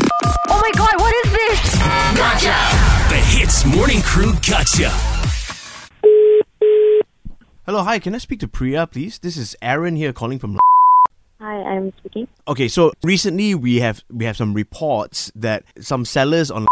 Oh my god, what is this? The Hits Morning Crew Gotcha. Hello, hi. Can I speak to Priya, please? This is Aaron here calling from. Hi, I'm speaking. Okay, so recently we have we have some reports that some sellers on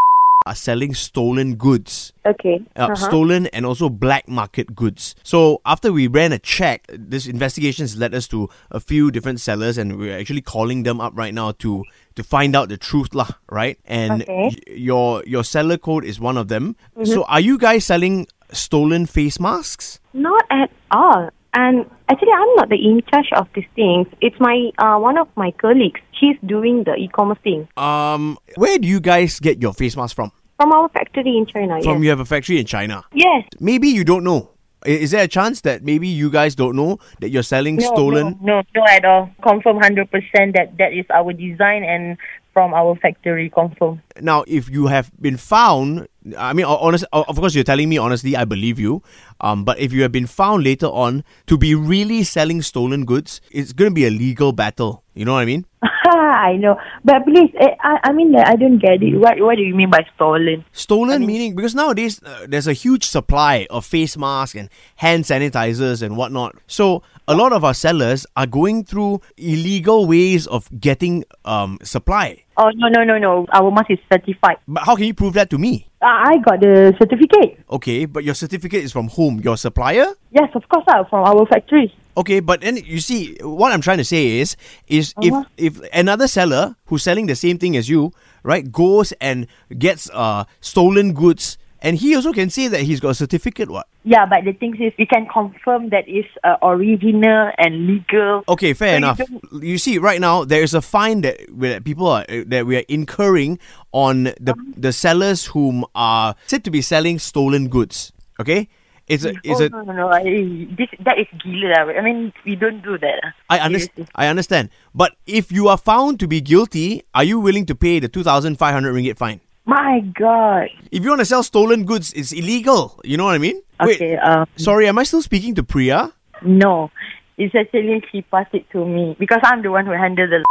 are selling stolen goods, Okay. uh, Uh-huh. stolen and also black market goods. So after we ran a check, this investigation has led us to a few different sellers, and we're actually calling them up right now to to find out the truth, lah. Right? And Okay. y- your your seller code is one of them. So are you guys selling stolen face masks? Not at all. And actually, I'm not the in charge of these things. It's my uh, one of my colleagues. She's doing the e-commerce thing Um, where do you guys get your face masks from? from our factory in China. From yes. you have a factory in China. yes. Maybe you don't know. I- Is there a chance that maybe you guys don't know that you're selling stolen? No, no, no at all. Confirm 100% that that is our design and from our factory, confirm. Now, if you have been found, I mean, honest, of course, you're telling me honestly, I believe you. Um, but if you have been found later on to be really selling stolen goods, it's going to be a legal battle. You know what I mean? I know, but please, eh, I, I mean, like, I don't get it. What What do you mean by stolen? Stolen meaning because nowadays uh, there's a huge supply of face masks and hand sanitizers and whatnot. So a lot of our sellers are going through illegal ways of getting um, supply. Oh, no, no, no, no. Our mask is certified. But how can you prove that to me? I I got the certificate. Okay, but your certificate is from whom? Your supplier? Yes, of course, ah, uh, from our factory. Okay, but then you see what I'm trying to say is is if if another seller who's selling the same thing as you, right, goes and gets uh stolen goods and he also can say that he's got a certificate what? Yeah, but the thing is, we can confirm that it's uh, original and legal. Okay, fair So you enough. You, see, right now there is a fine that we- that people are that we are incurring on the Um. the sellers whom are said to be selling stolen goods. Okay, it's a it's oh, a no, no, no. I, this, that is gila. I mean, we don't do that. I understand. I understand. But if you are found to be guilty, are you willing to pay the two thousand five hundred ringgit fine? My God. If you want to sell stolen goods, it's illegal. You know what I mean? Okay, Wait, um, sorry, am I still speaking to Priya? no. It's actually she passed it to me because I'm the one who handled the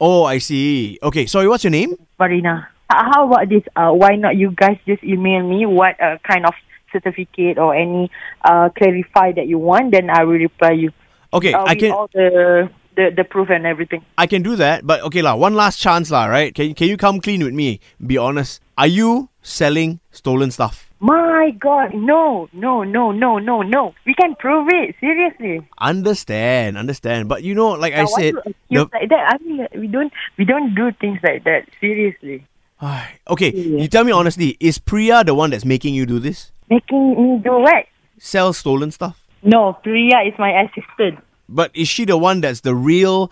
Oh, I see. Okay, sorry. What's your name? Marina. h- How about this? Uh, why not you guys just email me what uh, kind of certificate or any uh, clarify that you want, then I will reply you. Okay, Uh, I with can. all the, the the proof and everything. I can do that, but okay lah, one last chance lah, right? Can can you come clean with me? Be honest. Are you selling stolen stuff? My God, no, no, no, no, no, no. We can prove it seriously. Understand, understand. But you know, like I Now, why said, you the- accuse like that. I mean, like, we don't we don't do things like that seriously. okay. You tell me honestly, is Priya the one that's making you do this? Making me do what? Sell stolen stuff? No, Priya is my assistant. But is she the one that's the real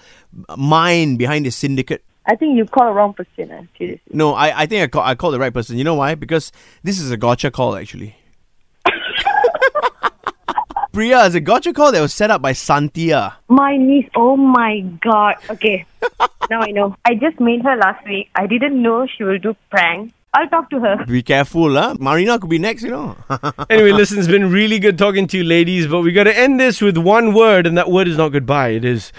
mind behind the syndicate? I think you call wrong person. Uh, seriously. No, I, I think I call, I called the right person. You know why? Because this is a gotcha call, actually. Priya is a gotcha call that was set up by Santia. My niece. Oh my god. Okay. now I know. I just made her last week. I didn't know she will do prank. I'll talk to her. Be careful, huh? Marina could be next, you know. Anyway, listen, it's been really good talking to you ladies, but we got to end this with one word, and that word is not goodbye. It is.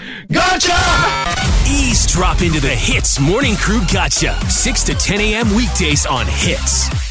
Ease drop into the Hits Morning Crew Gotcha. 6 to 10 a.m. weekdays on Hits.